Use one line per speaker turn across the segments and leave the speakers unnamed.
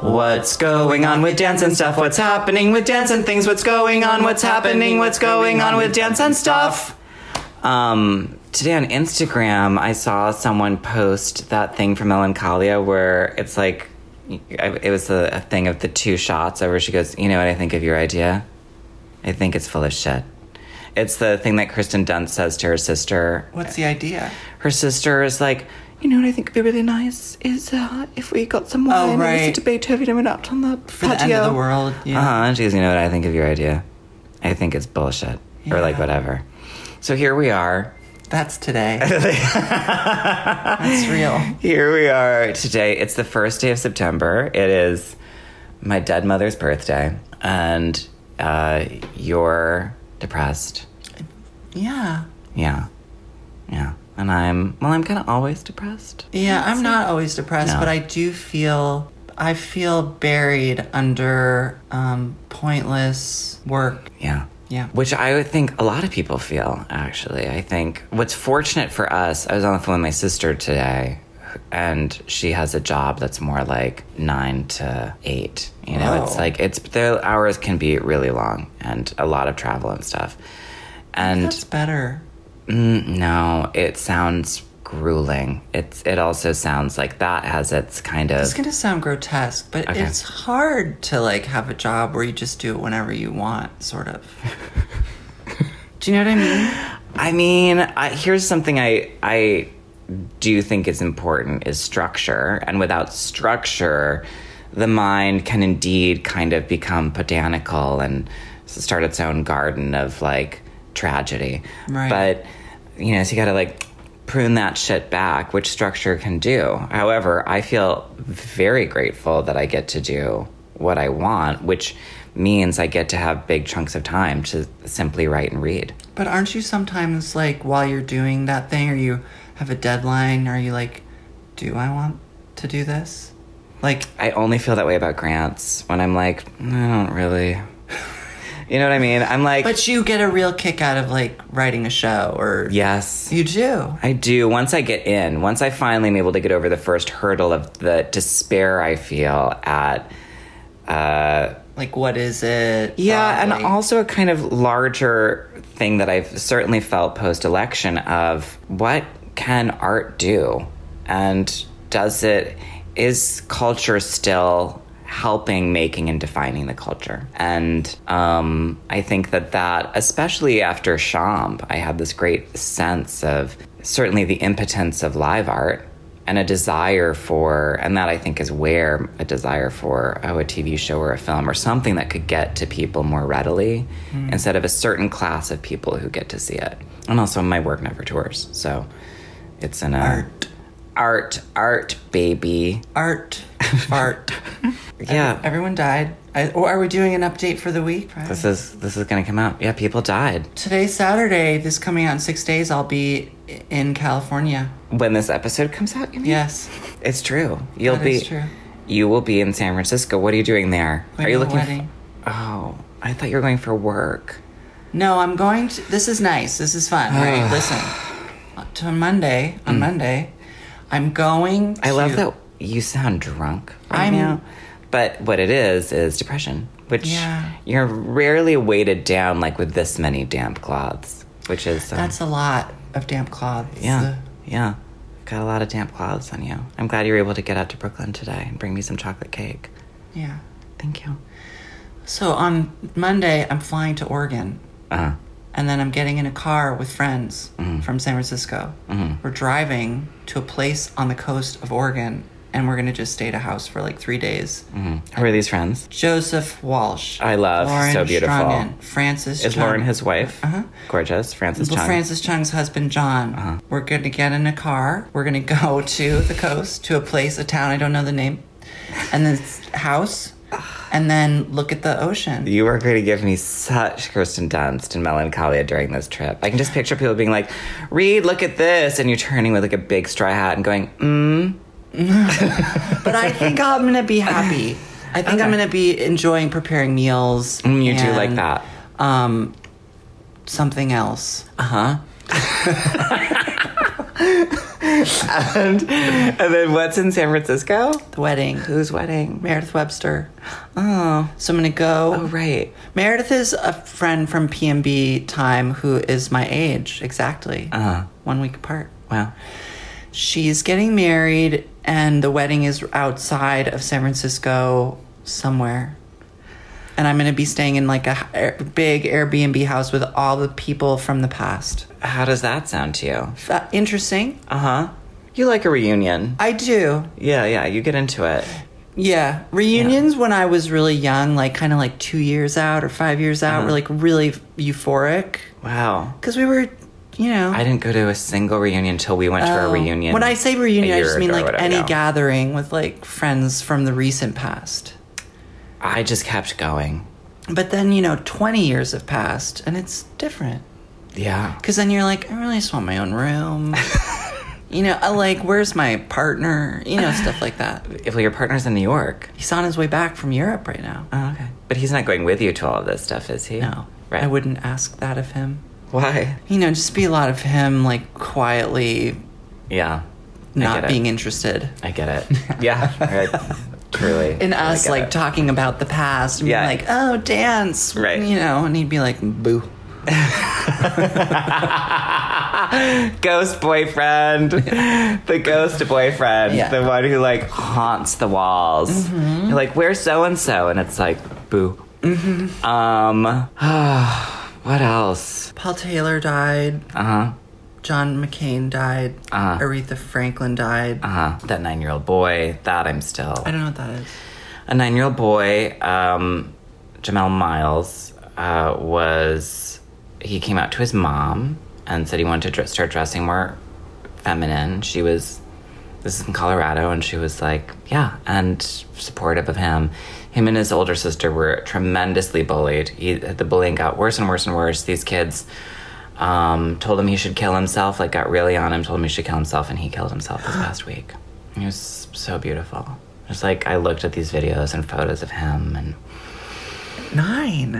What's going on with dance and stuff? What's happening with dance and things? What's going on? What's happening? What's going on with dance and stuff? Um, today on Instagram, I saw someone post that thing from Melancholia where it's like, I- it was a, a thing of the two shots over. She goes, You know what I think of your idea? I think it's full of shit. It's the thing that Kristen Dunst says to her sister
What's the idea?
her sister is like, you know what I think would be really nice is uh, if we got some wine
Oh,
and listened
right.
to Beethoven and out on the
For
patio.
the end of the world. Yeah.
Uh huh. She goes, you know what I think of your idea? I think it's bullshit or like
Yeah.
whatever. So here we are.
That's today. That's real.
Here we are today. It's the first day of September. It is my dead mother's birthday, and uh, you're depressed.
Yeah.
Yeah, yeah. And I'm well. I'm kind of always depressed.
Yeah, I'm not always depressed,
No.
but I do feel I feel buried under um, pointless work.
Yeah.
Yeah.
Which I would think a lot of people feel, actually. I think what's fortunate for us, I was on the phone with my sister today, and she has a job that's more like nine to eight. You know, it's
Wow.
like, it's their hours can be really long and a lot of travel and stuff. And
That's better.
mm, no, it sounds grueling. It's It also sounds like that has its kind of.
It's gonna sound grotesque, but
Okay.
it's hard to like have a job where you just do it whenever you want, sort of. do you know what I mean?
I mean, I, here's something I I do think is important is structure, and without structure, the mind can indeed kind of become botanical and start its own garden of like tragedy.
Right.
But you know, so you got to like prune that shit back, which structure can do. However, I feel very grateful that I get to do what I want, which means I get to have big chunks of time to simply write and read.
But aren't you sometimes like while you're doing that thing or you have a deadline, are you like, do I want to do this? Like,
I only feel that way about grants when I'm like, I don't really. You know what I mean? I'm like,
but you get a real kick out of like writing a show or
yes.
you do.
I do. Once I get in, once I finally am able to get over the first hurdle of the despair I feel at, uh,
Like, what is it? Uh,
yeah, and
Probably.
also a kind of larger thing that I've certainly felt post election of what can art do? And does it, is culture still helping making and defining the culture? And um, I think that that, especially after Shamp, I had this great sense of certainly the impotence of live art. And a desire for, and that I think is where a desire for, oh, a TV show or a film or something that could get to people more readily instead of a certain class of people who get to see it. And also, my work never tours. So it's an uh,
Art.
art, art, baby.
art, art.
Yeah,
Everyone died. I, or are we doing an update for the week? Right?
this is this is gonna come out. Yeah, people died
Today's Saturday. This coming out in six days. I'll be i- in California.
when this episode comes out. You mean?
Yes,
it's true. You'll
That
be.
is true.
You will be in San Francisco. What are you doing there?
Going
are you
to a
looking? f-
wedding.
oh, I thought you were going for work.
No, I'm going to. This is nice. This is fun. Right? Listen. To Monday. On Monday, I'm going.
Mm. I love
to-
that you sound drunk right
I'm-
now. But what it is is depression, which
Yeah.
you're rarely weighted down like with this many damp cloths, which is um,
That's a lot of damp cloths.
yeah, yeah. Got a lot of damp cloths on you. I'm glad you were able to get out to Brooklyn today and bring me some chocolate cake.
yeah.
Thank you.
So on Monday, I'm flying to Oregon. Uh-huh.
Uh,
and then I'm getting in a car with friends
Mm.
from San Francisco.
Mm-hmm.
We're driving to a place on the coast of Oregon, and we're gonna just stay at a house for like three days.
Mm-hmm. who are these friends?
Joseph Walsh,
I love, so beautiful.
Francis
Is
Chung-
Lauren his wife?
Uh-huh.
Gorgeous. Francis
Well,
Chung.
Francis Chung's husband John.
Uh-huh.
We're gonna get in a car. We're gonna go to the coast, to a place, a town I don't know the name, and this house, and then look at the ocean.
You are going to give me such Kirsten Dunst and melancholia during this trip. I can just picture people being like, "Read, look at this," and you turning with like a big straw hat and going, "Mm."
but I think I'm gonna be happy. I think I'm gonna be enjoying preparing meals.
Mm, you do like that.
Um, something else.
Uh huh. and, and then what's in San Francisco?
The wedding.
Whose wedding?
Meredith Webster.
Oh,
So I'm gonna go.
oh right.
Meredith is a friend from PMB time who is my age exactly.
Uh-huh.
One week apart.
Wow.
She's getting married, and the wedding is outside of San Francisco somewhere. And I'm going to be staying in like a h- air- big Airbnb house with all the people from the past.
How does that sound to you?
Uh, interesting.
Uh huh. You like a reunion.
I do.
Yeah, yeah, you get into it.
Yeah. Reunions when I was really young, like kind of like two years out or five years
Uh-huh.
out, were like really euphoric
Wow.
because we were, you know.
I didn't go to a single reunion till we went to a
Oh.
reunion.
When I say
a
reunion, I
year
just mean
ago or
like
whatever,
any
yeah.
gathering with like friends from the recent past.
I just kept going.
But then, you know, 20 years have passed and it's different.
Yeah.
Because then you're like, I really just want my own room. you know, I like, where's my partner? You know, stuff like that.
If well, your partner's in New York.
He's on his way back from Europe right now.
Oh, okay. But he's not going with you to all of this stuff, is he?
No,
Right.
I wouldn't ask that of him.
Why?
You know, just be a lot of him, like, quietly
Yeah. I
not
get
being
It.
interested.
I get it. Yeah. right. Truly.
And
I
us,
get
like,
it.
talking about the past and being
Yeah.
like, oh, dance.
Right.
You know, and he'd be like, boo.
ghost boyfriend, the ghost boyfriend,
Yeah. Mm-hmm.
the one who like haunts the walls. You're like, where's so and so? And it's like, boo.
Mm-hmm.
Um, what else?
Paul Taylor died.
Uh huh.
John McCain died.
Uh-huh.
Aretha Franklin died.
Uh huh. That nine year old boy. That I'm still
I don't know what that is.
a nine year old boy. Um, Jamel Miles uh, was. He came out to his mom and said he wanted to dr- start dressing more feminine. She was. This is in Colorado, and she was like, yeah, and supportive of him. Him and his older sister were tremendously bullied. He, the bullying got worse and worse and worse. These kids um, told him he should kill himself, like, got really on him, told him he should kill himself, and he killed himself this past week. He was so beautiful. It's like I looked at these videos and photos of him, and
9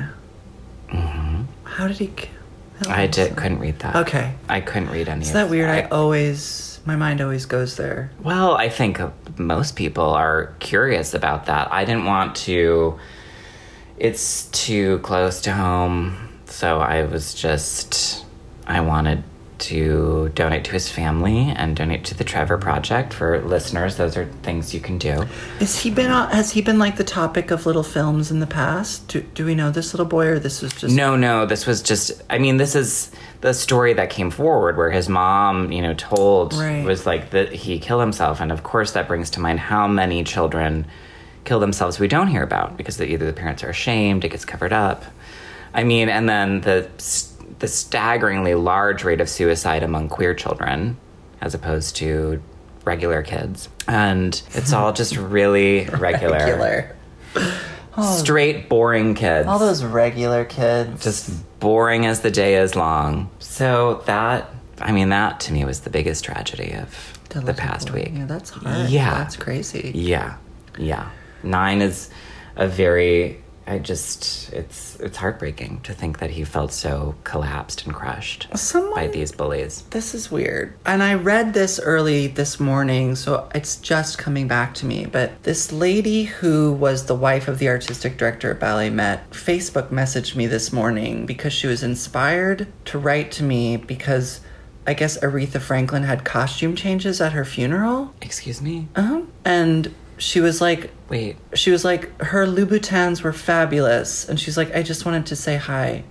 How did he? k-
Mm-hmm. I did, couldn't read that.
Okay.
I couldn't read any.
Is
of
that weird? I
I-
always, my mind always goes there.
Well, I think most people are curious about that. I didn't want to. It's too close to home, so I was just. I wanted to donate to his family and donate to the Trevor Project for listeners. Those are things you can do.
Is he been on? Has he been like the topic of little films in the past? Do, do we know this little boy, or this is just?
No, no, this was just. I mean, this is the story that came forward where his mom, you know, told
Right.
was like that he killed himself, and of course that brings to mind how many children kill themselves we don't hear about because the, either the parents are ashamed, it gets covered up. I mean, and then the s- the staggeringly large rate of suicide among queer children as opposed to regular kids, and it's all just really regular,
regular.
straight, boring kids
All those regular kids.
just boring as the day is long. So that, I mean, that to me was the biggest tragedy of
That
the
little
past
boy.
week.
Yeah, that's hard.
Yeah.
that's crazy.
Yeah, yeah. Nine is a very. I just it's it's heartbreaking to think that he felt so collapsed and crushed by
Someone
these bullies.
This is weird. And I read this early this morning, so it's just coming back to me. But this lady who was the wife of the artistic director at Ballet Met Facebook messaged me this morning because she was inspired to write to me because I guess Aretha Franklin had costume changes at her funeral.
Excuse me.
Uh-huh. And she was like,
Wait.
she was like, her Louboutins were fabulous. And she's like, I just wanted to say hi.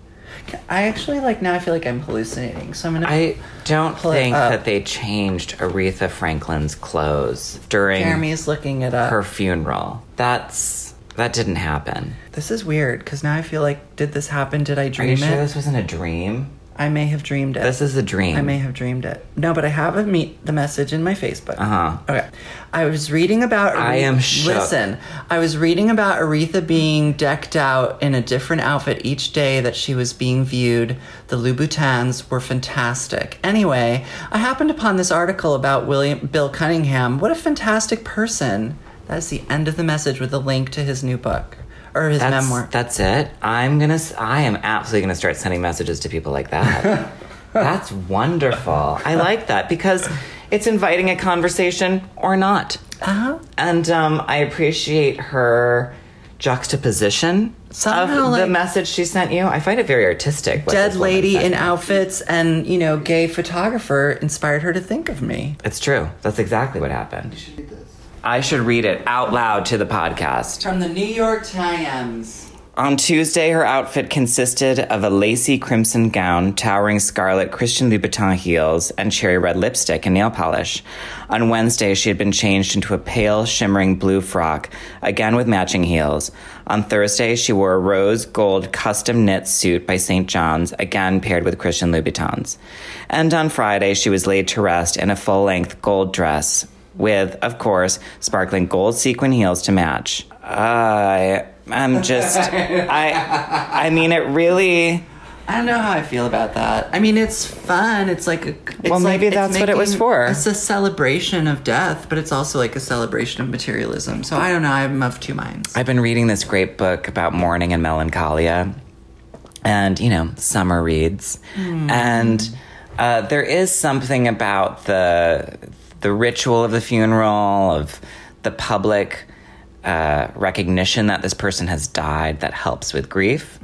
I actually like now I feel like I'm hallucinating. So I'm gonna
I don't
Pull it
think
up.
that they changed Aretha Franklin's clothes during
Jeremy's looking it up.
her funeral. That's that didn't happen.
This is weird because now I feel like, did this happen? Did I
Are you
dream
sure
it?
this wasn't a dream?
I may have dreamed it.
This is a dream.
I may have dreamed it. No, but I have a me- the message in my Facebook.
Uh-huh.
Okay. I was reading about.
I am shook.
Listen, I was reading about Aretha being decked out in a different outfit each day that she was being viewed. The Louboutins were fantastic. Anyway, I happened upon this article about William Bill Cunningham. What a fantastic person! That is the end of the message with a link to his new book or his
That's,
memoir.
That's it. I'm gonna. s- I am absolutely gonna start sending messages to people like that. that's wonderful. I like that because it's inviting a conversation or not.
Uh-huh.
And um, I appreciate her juxtaposition
Somehow,
of the
like-
message she sent you. I find it very artistic. what
Dead
this woman
lady
sent
in
me.
outfits and, you know, gay photographer inspired her to think of me.
It's true. That's exactly what happened.
Read this.
I should read it out loud to the podcast.
From the New York Times.
On Tuesday, her outfit consisted of a lacy crimson gown, towering scarlet Christian Louboutin heels, and cherry red lipstick and nail polish. On Wednesday, she had been changed into a pale, shimmering blue frock, again with matching heels. On Thursday, she wore a rose gold custom knit suit by St. John's, again paired with Christian Louboutins. And on Friday, she was laid to rest in a full length gold dress with, of course, sparkling gold sequin heels to match. I I'm just I I mean it really
I don't know how I feel about that. I mean, it's fun. It's like a. It's
Well,
like-
maybe
it's
that's what it was
making-
for.
It's a celebration of death, but it's also like a celebration of materialism. So I don't know. I'm of two minds.
I've been reading this great book about mourning and melancholia and you know summer reads and uh, there is something about the the ritual of the funeral of the public uh, recognition that this person has died that helps with grief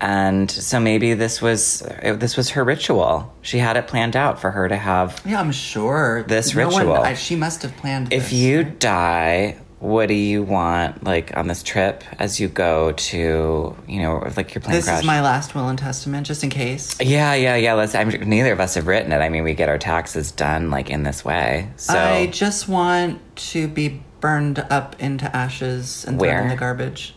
and so maybe this was it, this was her ritual she had it planned out for her to have
yeah, I'm sure
This
no one-
ritual.
I, she must have planned.
If
this.
you die, what do you want like on this trip as you go to you know like your plane
this
crash?
is my last will and testament, just in case.
yeah, yeah, yeah. Let's. I'm, neither of us have written it. I mean, we get our taxes done like in this way. So
I just want to be burned up into ashes and
Where?
thrown in the garbage.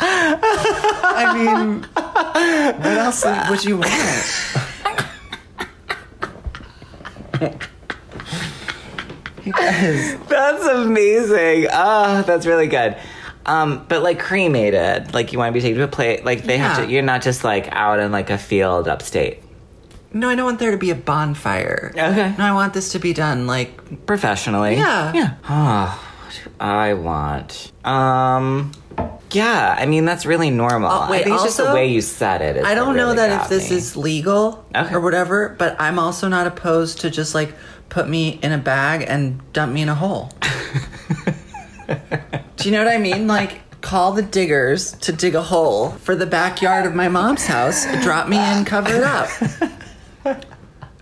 I mean, what else would you want? You guys.
that's amazing. Ah, that's really good. Um, but like cremated, like you want to be taken to a plate. Like they have
Yeah.
to. You're not just like out in like a field upstate.
No, I don't want there to be a bonfire.
Okay.
No, I want this to be done like
professionally.
Yeah.
Yeah. Ah, what do I want? Um yeah, I mean that's really normal.
Oh, wait,
I think it's just the
also,
way you said it. is
I don't
what
know
really
that
got
if this
me.
is legal
Okay.
or whatever, but I'm also not opposed to just like put me in a bag and dump me in a hole. Do you know what I mean? Like call the diggers to dig a hole for the backyard of my mom's house, drop me in, cover it up.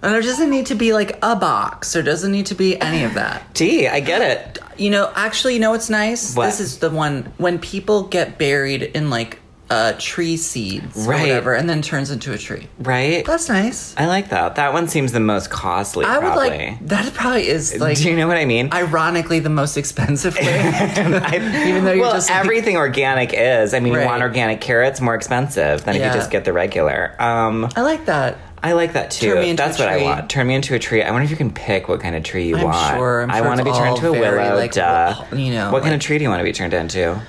And there doesn't need to be like a box. There doesn't need to be any of that.
Gee, I get it.
You know, actually, you know what's nice?
What?
This is the one when people get buried in like uh, tree seeds
Right.
or whatever, and then turns into a tree.
Right?
That's nice.
I like that. That one seems the most costly.
I would
probably.
like that. Probably is like
Do you know what I mean?
ironically the most expensive way.
Even
though you're
well,
just like-
everything organic is. I mean, you
Right.
want organic carrots more expensive than if
Yeah.
you just get the regular. Um,
I like that.
I like that too.
Turn me into
That's
a
what I
tree.
want. Turn me into a tree. I wonder if you can pick what kind of tree you
I'm
want.
sure- I'm
I
sure
want to be
it's
turned
all
into a
very,
willow.
like,
duh.
wh- you know,
what kind of tree do you want to be turned into?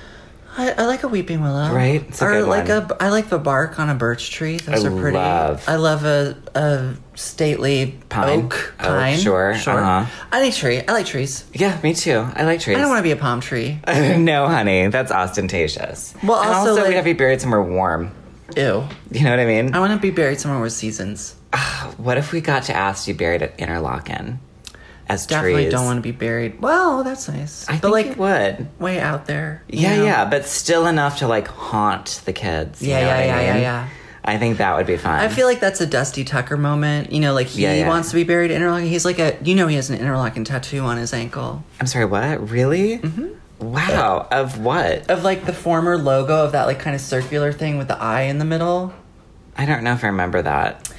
I, I like a weeping willow,
Right? It's a
or
good
like
one.
a I like the bark on a birch tree. Those
I
are pretty.
love-
I love a a stately
Pine?
oak
Oak,
pine.
sure,
sure.
uh-huh.
I like tree. I like trees.
Yeah, me too. I like trees.
I don't want to be a palm tree.
no, honey, that's ostentatious.
Well,
and
also,
also
like-
we'd have you buried somewhere warm.
Ew.
You know what I mean?
I want to be buried somewhere with seasons.
what if we got to ask you buried at Interlochen as
Definitely
trees?
don't want to be buried. Well, that's nice.
I
but
think
like
you would.
way out there. you
Yeah,
know?
yeah, but still enough to like haunt the kids. you
Yeah,
know
yeah,
what I
yeah, yeah,
mean?
yeah.
I think that would be fun.
I feel like that's a Dusty Tucker moment. You know, like he
Yeah, yeah.
wants to be buried in interlocking. He's like a, you know, he has an interlocking tattoo on his ankle
I'm sorry, what? Really? Mm-hmm. Wow. Of what?
of like the former logo of that like kind of circular thing with the eye in the middle.
I don't know if I remember that.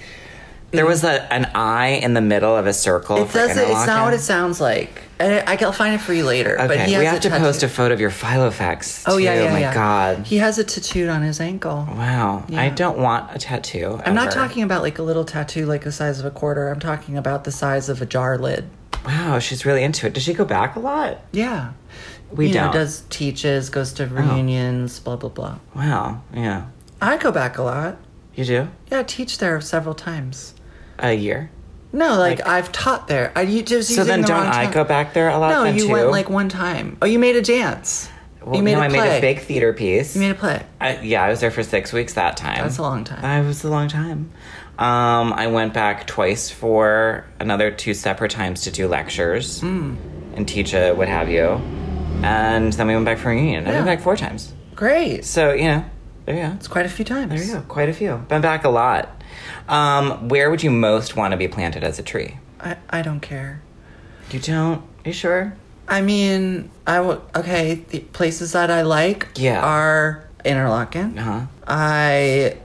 There was a, an eye in the middle of a circle.
It
Oh, for
doesn't. It's not what
Interlochen.
it sounds like. I, I can find it for you later. but he
Okay,
has
we
a
have to
tattoo.
post a photo of your Filofax.
Oh yeah,
too.
yeah,
my
yeah.
God. Oh,
He has a tattooed on his ankle.
Wow. I
Yeah.
don't want a tattoo.
I'm not talking about like a little tattoo like the size of a quarter. I'm talking about the size of a jar lid.
Wow, she's really into it. Does she go back a lot?
Yeah.
We
you
don't. Oh.
Know, does teaches, goes to reunions, blah blah blah.
Wow. Yeah.
I go back a lot.
You do?
Yeah, I teach there several times.
A year?
No, like, I've taught there. I you just
So
using
then,
the
don't
wrong
I
time.
go back there a lot?
No,
then
you
too?
went like one time. Oh, you made a dance.
Well,
you made
no,
a
I
play.
made a big theater piece.
You made a play.
I, yeah, I was there for six weeks that time.
That's a long time.
That Uh, was a long time. Um, I went back twice for another two separate times to do lectures and teach a what have you. And then we went back for reunion. I
Yeah.
went back four times.
Great.
So, you know, there you go.
It's quite a few times.
There you go. Quite a few. Been back a lot. Um, where would you most want to be planted as a tree?
I, I don't care.
You don't? You sure?
I mean, I will. Okay, the places that I like
Yeah.
are Interlaken.
Uh huh.
I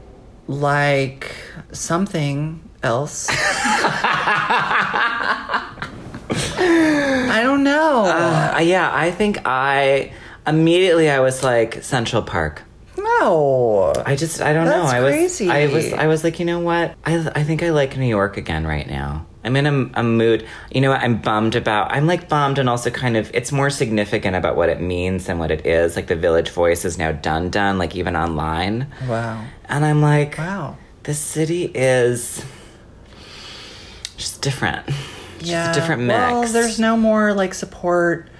like something else. I don't know.
Uh, yeah, I think I immediately I was like Central Park.
no.
I just I don't
That's
know. I was
crazy.
I was I was like, you know what? I I think I like New York again right now. I'm in a, a mood. You know what? I'm bummed about. I'm like bummed and also kind of it's more significant about what it means and what it is. Like the Village Voice is now done done like even online.
wow.
And I'm like,
Wow.
this city is just different. Just
Yeah.
a different mix.
Well, there's no more like support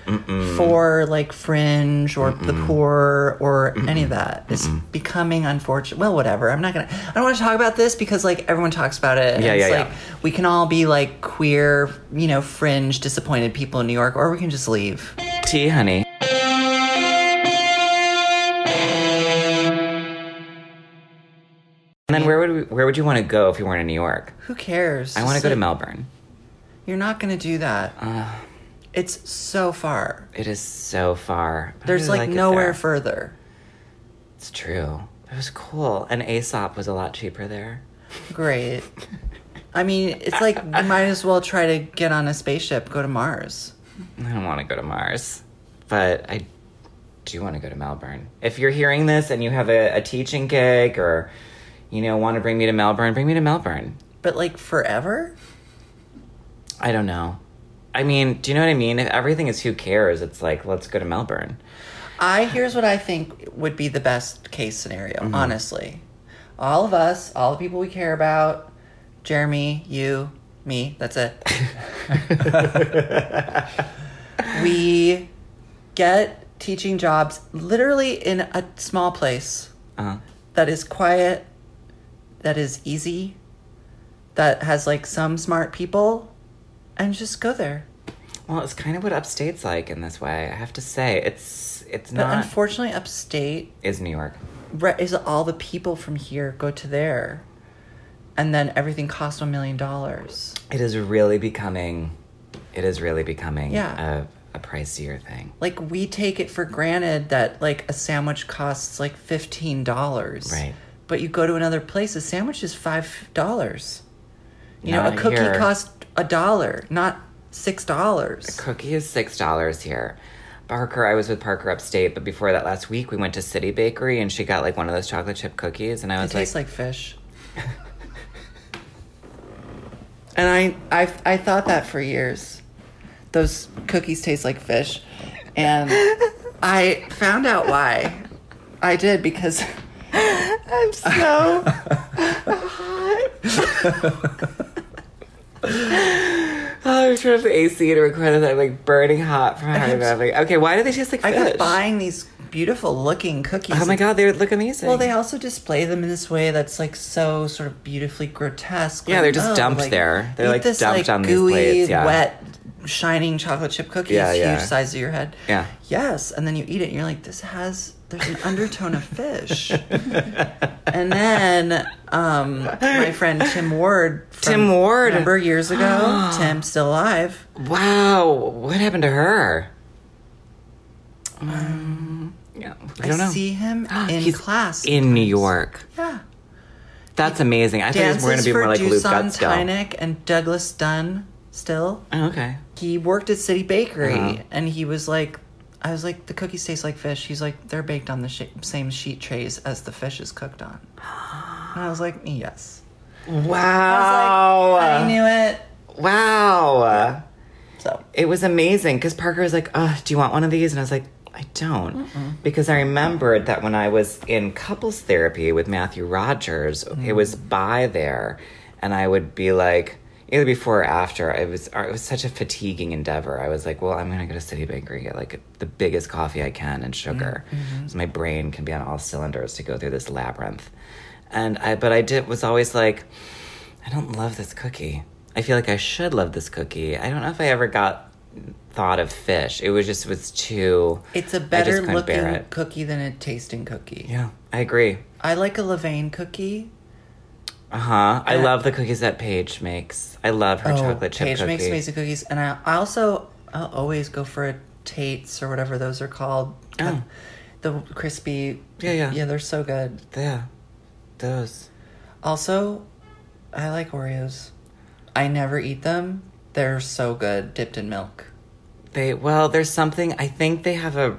for like fringe or the poor or any of that. It's becoming unfortunate. Well, whatever. I'm not gonna. I don't want to talk about this because like everyone talks about it. and
Yeah,
it's
yeah,
like
yeah.
we can all be like queer, you know, fringe, disappointed people in New York, or we can just leave.
tea, honey. And then where would we, where would you want to go if you weren't in New York?
Who cares?
I want to
Just,
go to Uh.
like,
Melbourne.
You're not gonna do that. it's so far.
It is so far. but I
There's
really
like
it
nowhere
there.
further.
It's true. It was cool, and Aesop was a lot cheaper there.
Great. I mean, it's like you might as well try to get on a spaceship, go to Mars.
I don't want to go to Mars, but I do want to go to Melbourne. If you're hearing this and you have a, a teaching gig or you know want to bring me to Melbourne, bring me to Melbourne.
But like forever?
I don't know. I mean, do you know what I mean? If everything is who cares, it's like let's go to Melbourne.
I here's what I think would be the best case scenario, honestly. All of us, all the people we care about, Jeremy, you, me, that's it. we get teaching jobs literally in a small place
Uh,
that is quiet, that is easy, that has like some smart people, and just go there.
well, it's kind of what upstate's like in this way. I have to say, it's it's
But
not
unfortunately, upstate
is New York.
re- is all the people from here go to there, and then everything costs a million dollars.
It is really becoming. It is really becoming
Yeah.
a, a pricier thing.
Like we take it for granted that like a sandwich costs like fifteen dollars,
Right.
But you go to another place, a sandwich is five dollars. You know,
Not
a cookie
here.
costs a dollar, not six dollars.
Cookie is six dollars here. Parker, I was with Parker upstate, but before that last week we went to City Bakery and she got like one of those chocolate chip cookies, and I
It
was like,
tastes like fish. and I, I, I thought that for years. Those cookies taste like fish, and I found out why. I did because
I'm so. Oh, I turned off the AC to record that. I'm like burning hot from having that. Like, okay, why do they taste like
I
fish?
kept buying these beautiful looking cookies.
oh my god, they look amazing.
Well, they also display them in this way that's like so sort of beautifully grotesque.
Yeah,
Like,
they're just
oh,
dumped there. They're,
eat
like,
this,
dumped
like,
on these
gooey,
plates, yeah.
wet, shining chocolate chip cookies,
Yeah, yeah.
huge size of your head.
Yeah.
Yes, and then you eat it, and you're like, this has there's an undertone of fish. and then um, my friend Tim Ward, from,
Tim Ward.
remember years ago, Tim still alive.
wow, what happened to her? Um, yeah, I don't know.
see him in
He's
class
in New York.
Yeah.
That's amazing. I thought
Dances
we were going to be
for
more like Luke
Dusan
Gutskill.
Tynick and Douglas Dunn still.
Oh, okay.
he worked at City Bakery,
Uh-huh.
and he was like, I was like, the cookies taste like fish. He's like, they're baked on the sh- same sheet trays as the fish is cooked on. And I was like, yes. I
Wow.
was like, I knew it.
Wow.
So
It was amazing because Parker was like, oh, do you want one of these? And I was like, I don't. Because I remembered that when I was in couples
Mm.
therapy with Matthew Rogers, it was by there. And I would be like, either before or after. It was it was such a fatiguing endeavor. I was like, well, I'm gonna go to City Bakery get like the biggest coffee I can and sugar,
Mm-hmm.
so my brain can be on all cylinders to go through this labyrinth. And I, but I did was always like, I don't love this cookie. I feel like I should love this cookie. I don't know if I ever got thought of fish. It was just was too.
It's a
just
better
couldn't bear
looking
it.
cookie than a tasting cookie.
Yeah, I agree.
I like a Levain cookie.
Uh huh. I
Yeah.
love the cookies that Paige makes. I love her chocolate chip
Paige
cookie.
Oh, makes amazing cookies, and I, I also I'll always go for a Tate's or whatever those are called. Uh,
Oh.
The crispy.
Yeah, yeah.
Yeah, they're so good.
Yeah, those.
Also, I like Oreos. I never eat them. They're so good dipped in milk.
They well, there's something. I think they have a.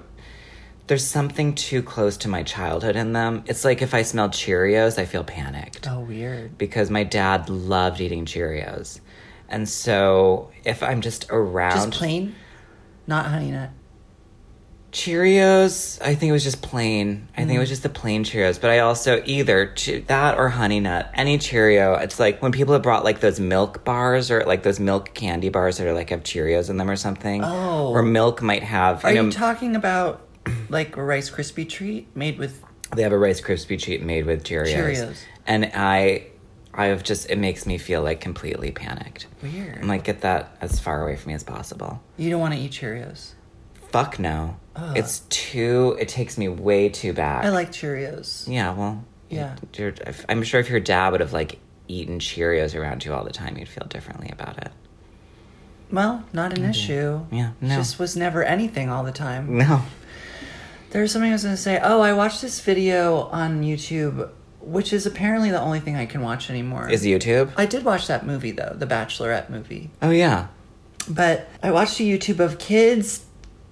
There's something too close to my childhood in them. It's like if I smell Cheerios, I feel panicked
Oh, weird.
because my dad loved eating Cheerios, and so if I'm just around
Just plain, not honey nut.
Cheerios, I think it was just plain. I
Mm.
think it was just the plain Cheerios. But I also either che- that or Honey Nut, any Cheerio. It's like when people have brought like those milk bars or like those milk candy bars that are like have Cheerios in them or something.
Oh.
Or milk might have.
Are
I know
you talking about like a Rice Krispie treat made with?
they have a Rice Krispie treat made with Cheerios.
Cheerios.
And I, I've just it makes me feel like completely panicked.
Weird.
I'm like, get that as far away from me as possible.
You don't want to eat Cheerios.
Fuck no.
Ugh.
It's too. It takes me way too back.
I like Cheerios.
Yeah, well,
Yeah.
it- your- if- I'm sure if your dad would have like eaten Cheerios around you all the time, you'd feel differently about it.
Well, not an issue.
Yeah, no.
Just was never anything all the time.
No,
There's something I was gonna say. Oh, I watched this video on YouTube, which is apparently the only thing I can watch anymore.
is YouTube?
I did watch that movie though, the Bachelorette movie.
oh yeah,
But I watched a YouTube of kids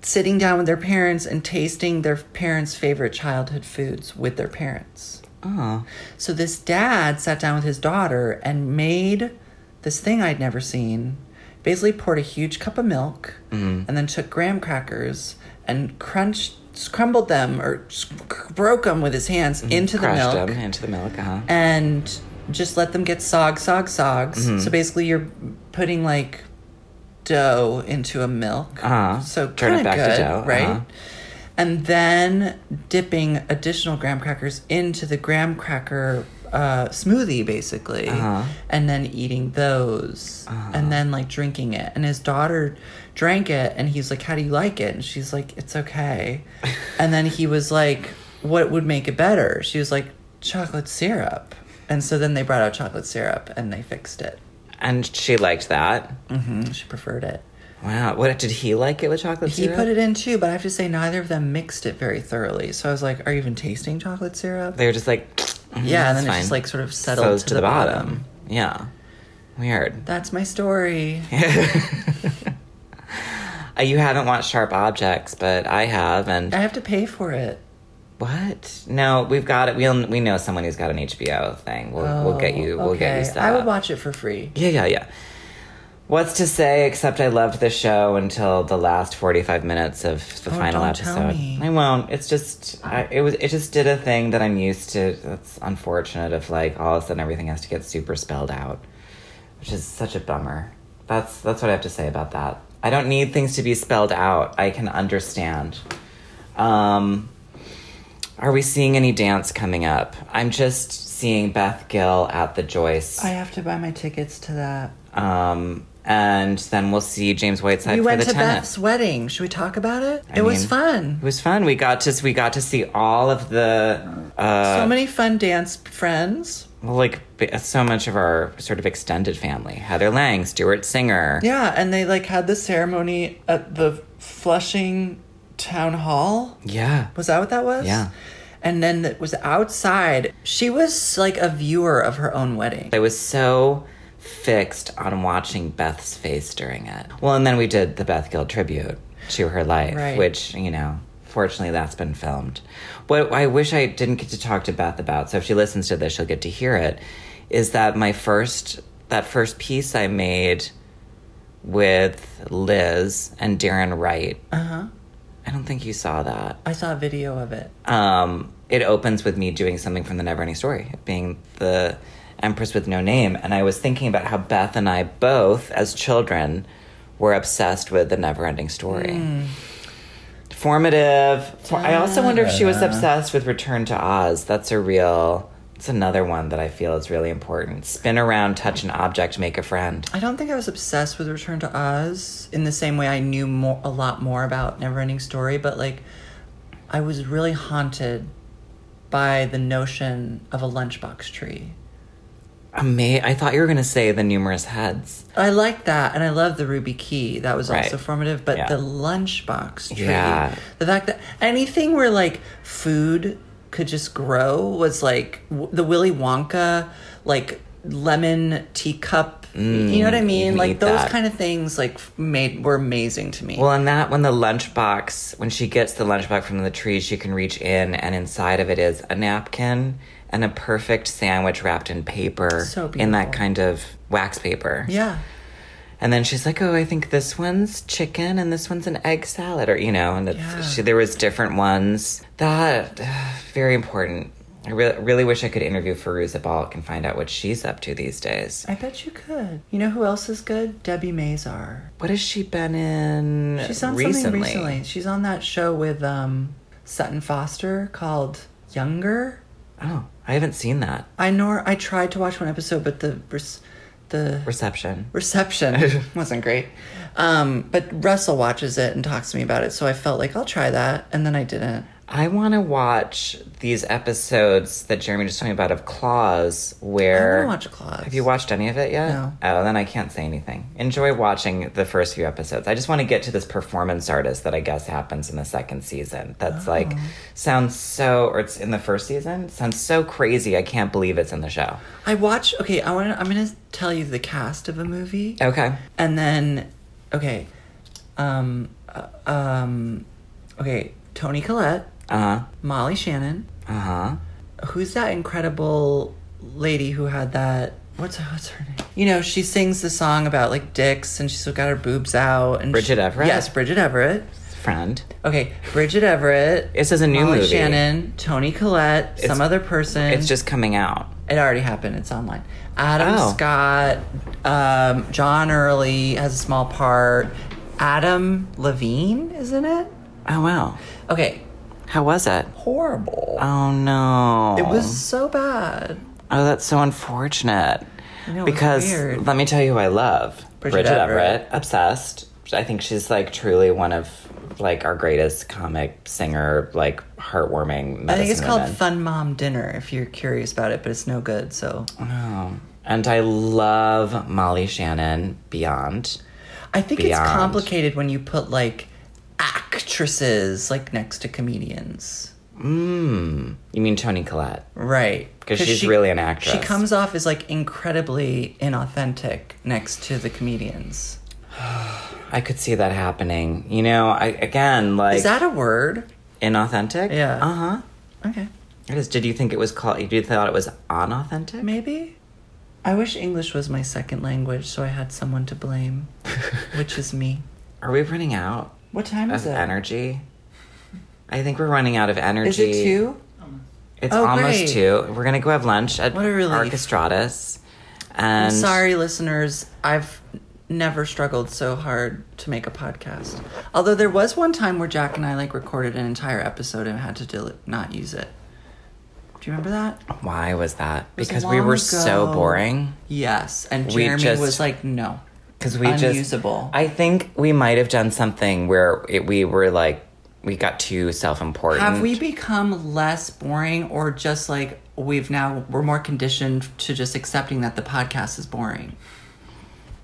sitting down with their parents and tasting their parents' favorite childhood foods with their parents.
oh,
So this dad sat down with his daughter and made this thing I'd never seen. Basically poured a huge cup of milk
Mm-hmm.
and then took graham crackers and crunched crumbled them or s- broke them with his hands into the
Mm-hmm. crushed
milk
them into the milk. Uh-huh.
and just let them get sog sog sogs.
Mm-hmm.
So basically you're putting like dough into a milk.
Uh-huh.
So
Turn it
kinda
back to
good,
dough,
right?
uh-huh.
And then dipping additional graham crackers into the graham cracker uh, smoothie, basically,
Uh-huh.
and then eating those, and then like drinking it. And his daughter drank it, and he's like, "How do you like it?" And she's like, "It's okay." and then he was like, "What would make it better?" She was like, "Chocolate syrup." And so then they brought out chocolate syrup, and they fixed it.
And she liked that.
hmm She preferred it.
Wow, what did he like it with Mm-hmm. chocolate
He
syrup?
put it in too, but I have to say neither of them mixed it very thoroughly. So I was like, "Are you even tasting chocolate syrup?"
They were just like, "Mm,
yeah, and then
it's
it's just like sort of settled
Goes
to, the, bottom.
Yeah, weird.
That's my story.
Uh, You haven't watched Sharp Objects, but I have, and
I have to pay for it.
What? No, we've got it. We will we know someone who's got an HBO thing. We'll we'll get you.
Oh,
We'll get you
okay.
set
I would
up.
watch it for free.
Yeah, yeah, yeah. What's to say except I loved the show until the last forty-five minutes of the
Oh,
final
don't
episode.
tell me.
I won't. It's just I, it was. It just did a thing that I'm used to. That's unfortunate. Of like all of a sudden everything has to get super spelled out, which is such a bummer. That's that's what I have to say about that. I don't need things to be spelled out. I can understand. Um, are we seeing any dance coming up? I'm just seeing Beth Gill at the Joyce.
I have to buy my tickets to that.
Um, and then we'll see James Whiteside
We
for
went
the
to
tennis.
Beth's wedding. Should we talk about it?
I
it was
mean,
fun.
It was fun. We got to we got to see all of the uh,
so many fun dance friends.
well, like b- so much of our sort of extended family: Heather Lang, Stuart Singer.
Yeah, and they like had the ceremony at the Flushing Town Hall.
yeah.
Was that what that was?
Yeah.
And then it was outside. She was like a viewer of her own wedding.
I was so fixed on watching Beth's face during it. Well, and then we did the Beth Gill tribute to her life,
Right.
which, you know, fortunately that's been filmed. What I wish I didn't get to talk to Beth about, so if she listens to this, she'll get to hear it, is that my first, that first piece I made with Liz and Darren Wright.
Uh huh.
I don't think you saw that
I saw a video of it.
um, it opens with me doing something from the Neverending Story, being the Empress with No Name, and I was thinking about how Beth and I both, as children, were obsessed with the never ending story. Formative. For- I also wonder if she was obsessed with Return to Oz. That's a real. It's another one that I feel is really important. Spin around, touch an object, make a friend.
I don't think I was obsessed with Return to Oz in the same way I knew more, a lot more about Neverending Story, but like I was really haunted by the notion of a lunchbox tree.
Ama- I thought you were going to say the numerous heads.
I like that, and I love the ruby key. That was
Right.
also formative. But
Yeah.
the lunchbox tree,
Yeah.
the fact that anything where like food could just grow was like w- the Willy Wonka, like lemon teacup. you know what I mean?
Mm, can
Like
eat
those
that.
kind of things, like f- made were amazing to me.
Well, and that when the lunchbox, when she gets the lunchbox from the tree, she can reach in, and inside of it is a napkin and a perfect sandwich wrapped in paper,
So
in that
beautiful.
kind of wax paper.
yeah,
And then she's like, "Oh, I think this one's chicken, and this one's an egg salad, or you know." And it's,
Yeah.
she, there was different ones. That very important. I re- really wish I could interview Firuza Balk and find out what she's up to these days.
I bet you could. You know who else is good? Debbie Mazar.
What has she been in?
She's on something
Uh, recently?
recently. She's on that show with um, Sutton Foster called Younger.
Oh, I haven't seen that
I nor I tried to watch one episode, but the res- the
reception.
reception wasn't great. Um, but Russell watches it and talks to me about it, so I felt like I'll try that, and then I didn't.
I want to watch these episodes that Jeremy just told me about of Claws,
I
where
want to watch Claws.
Have you watched any of it yet?
No.
Oh, then I can't say anything. Enjoy watching the first few episodes. I just want to get to this performance artist that I guess happens in the second season. That's like
Oh.
sounds so, or it's in the first season. Sounds so crazy. I can't believe it's in the show.
I watch. Okay, I want. to I'm gonna tell you the cast of a movie,
Okay.
and then okay, um, uh, um, okay, Tony Collette,
Uh huh.
Molly Shannon.
Uh huh.
Who's that incredible lady who had that? What's what's her name? You know, she sings the song about like dicks, and she's got her boobs out. And
Bridget
she-
Everett?
Yes, Bridget Everett.
Friend.
Okay, Bridget Everett.
This is a new
Molly
movie.
Shannon, Tony Collette,
It's-
some other person.
It's just coming out.
it already happened. It's online. Adam
Oh.
Scott, um, John Early has a small part. Adam Levine, isn't it?
Oh wow.
Okay,
How was it?
horrible.
Oh no.
It was so bad.
Oh, that's so unfortunate.
I know, it was
because
weird.
let me tell you who I love.
Bridget
Bridget,
Everett.
Everett. Obsessed. I think she's like truly one of like our greatest comic singer, like heartwarming medicine
I think it's called
women.
Fun Mom Dinner if you're curious about it, but it's no good. So
Oh. And I love Molly Shannon beyond.
I think it's
Beyond.
complicated when you put like actresses like next to comedians.
Mm. You mean Tony Collette?
Right.
'Cause she's really an
She
actress.
comes off as like incredibly inauthentic next to the comedians.
I could see that happening. You know, I again like
Is that a word?
inauthentic.
Yeah.
Uh huh.
Okay.
It is. Did you think it was called? You did thought it was unauthentic?
Maybe. I wish English was my second language so I had someone to blame, which is me.
Are we running out?
What time is
of
it?
energy. I think we're running out of energy.
Is it two?
It's
Oh,
almost
great.
two. We're gonna go have lunch at
What a relief.
Archestratus. And
I'm sorry, listeners. I've never struggled so hard to make a podcast. Although there was one time where Jack and I like recorded an entire episode and had to del- not use it. Do you remember that?
why was that?
was
Because we
long
were so
ago.
boring.
Yes, and
We
Jeremy
just-
was like, "No."
Because we
Unusable.
just I think we might have done something where it, we were like we got too self-important.
Have we become less boring, or just like we've now we're more conditioned to just accepting that the podcast is boring?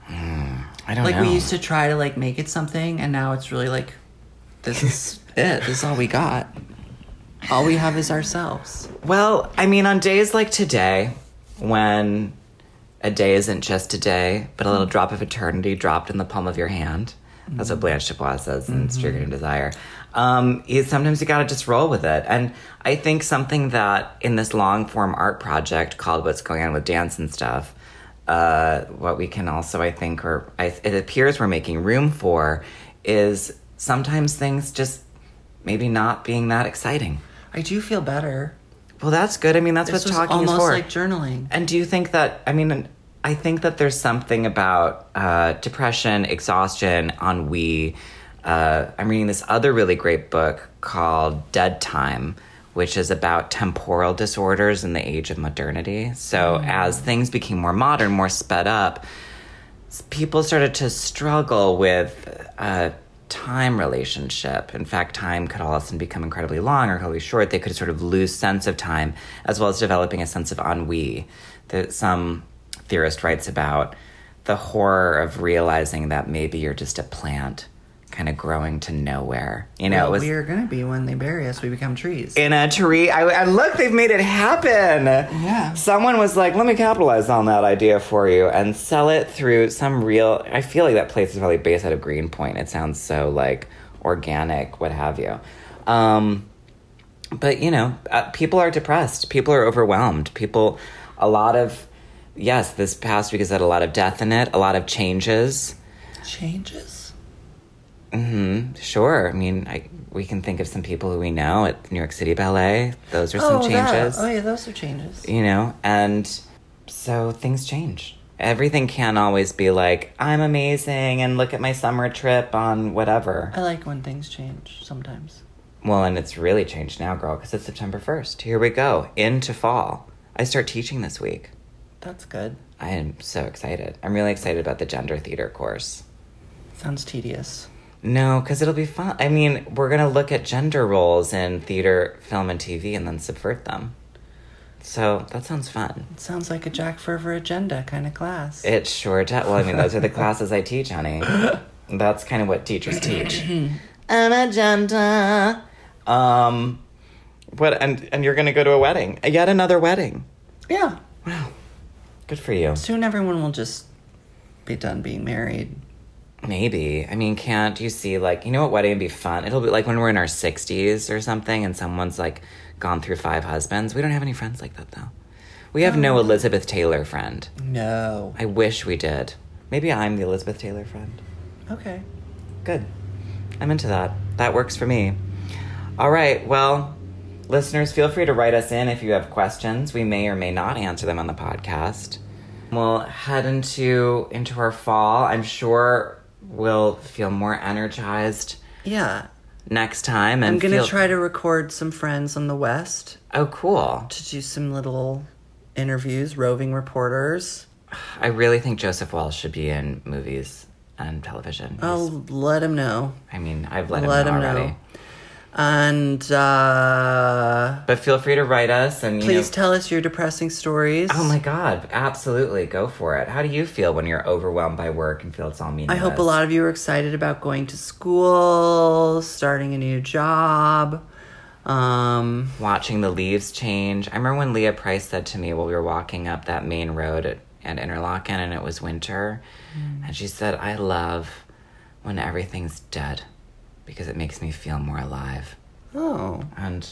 I don't
Like
know.
we used to try to like make it something, and now it's really like, this is it. This is all we got. All we have is ourselves.
Well, I mean, on days like today, when a day isn't just a day, but a little drop of eternity dropped in the palm of your hand. That's what Blanche Dubois says in Stricken in Desire. Um, you, sometimes you gotta just roll with it. And I think something that in this long form art project called What's Going On with Dance and Stuff, uh, what we can also, I think, or I, it appears we're making room for, is sometimes things just maybe not being that exciting.
I do feel better.
Well, that's good. I mean, that's
This
what
was
talking is
almost
for.
like journaling.
And do you think that, I mean, I think that there's something about uh, depression, exhaustion, ennui. Uh, I'm reading this other really great book called Dead Time, which is about temporal disorders in the age of modernity. So
Mm.
as things became more modern, more sped up, s- people started to struggle with a time relationship. In fact, time could all of a sudden become incredibly long or incredibly short. They could sort of lose sense of time, as well as developing a sense of ennui that some theorist writes about the horror of realizing that maybe you're just a plant kind of growing to nowhere. You know, it
Well,
was
we are gonna be when they bury us. We become trees.
in a tree. I, and look, they've made it happen. Yeah. Someone was like, let me capitalize on that idea for you and sell it through some real. I feel like that place is probably based out of Greenpoint. It sounds so like organic, what have you. Um, but you know, uh, people are depressed. People are overwhelmed. People, a lot of, yes, this past week has had a lot of death in it, a lot of changes.
Changes.
Mm-hmm. Sure. I mean, I, we can think of some people who we know at New York City Ballet. Those are some
oh, that.
changes.
Oh yeah, those are changes.
you know and so things change everything can't always be like i'm amazing and look at my summer trip on whatever
I like when things change sometimes.
well and it's really changed now girl because it's september 1st here we go into fall i start teaching this week
That's good.
i am so excited i'm really excited about the gender theater course
Sounds tedious.
no because it'll be fun i mean we're gonna look at gender roles in theater film and tv and then subvert them so that sounds fun
It sounds like a Jack Fervor agenda kind of class.
It sure does. Well, I mean, those are the classes I teach, honey. That's kind of what teachers teach. An agenda. Um, what? And and you're gonna go to a wedding? Yet another wedding.
yeah.
Wow. Good for you.
Soon everyone will just be done being married.
Maybe. I mean, can't you see? Like, you know what wedding would be fun? It'll be like when we're in our sixties or something, and someone's like gone through five husbands. We don't have any friends like that though. We have no Elizabeth Taylor friend.
No.
I wish we did. Maybe I'm the Elizabeth Taylor friend.
Okay.
Good. I'm into that. That works for me. All right. Well, listeners, feel free to write us in if you have questions. We may or may not answer them on the podcast. We'll head into into our fall. I'm sure we'll feel more energized
Yeah.
next time. And
I'm going to
feel-
try to record some friends on the West
Oh, cool!
to do some little interviews, roving reporters.
I really think Joseph Wells should be in movies and television. He's-
I'll let him know.
I mean, I've let,
Oh, let
him
him
know already.
know. And uh,
But feel free to write us and you know,
please tell us your depressing stories.
Oh my God, absolutely. Go for it. How do you feel when you're overwhelmed by work and feel it's all
I
meaningless?
hope a lot of you are excited about going to school, starting a new job. Um,
Watching the leaves change. I remember when Leah Price said to me while we were walking up that main road at, at Interlaken and it was winter,
Mm.
and she said, I love when everything's dead because it makes me feel more alive.
oh,
And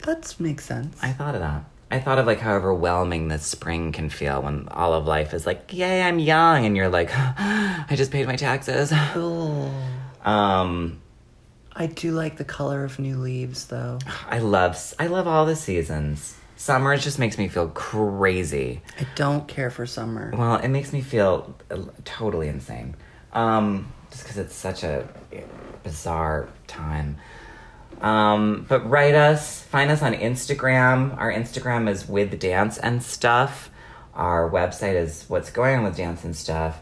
that makes sense.
I thought of that. I thought of like how overwhelming this spring can feel when all of life is like, yay, I'm young, and you're like, I just paid my taxes.
Oh,
Um,
I do like the color of new leaves, though.
I love I love all the seasons. Summer just makes me feel crazy.
I don't care for summer.
Well, it makes me feel uh, totally insane. Um, just because it's such a eh, bizarre time. Um, but write us, find us on Instagram. Our Instagram is with dance and stuff. Our website is what's going on with dance and stuff,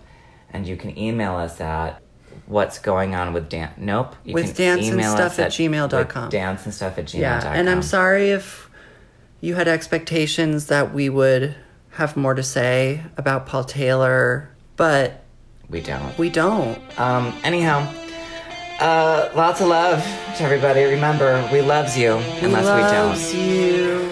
and you can email us at what's going on with dance. Nope, you
With
can
dance and
email
stuff
us
at gmail.com.
with Dance and stuff at gmail.com.
Yeah, and I'm sorry if you had expectations that we would have more to say about Paul Taylor, but
We don't.
we don't.
Um, anyhow, uh, lots of love to everybody. Remember, we loves you unless we don't.
Loves you.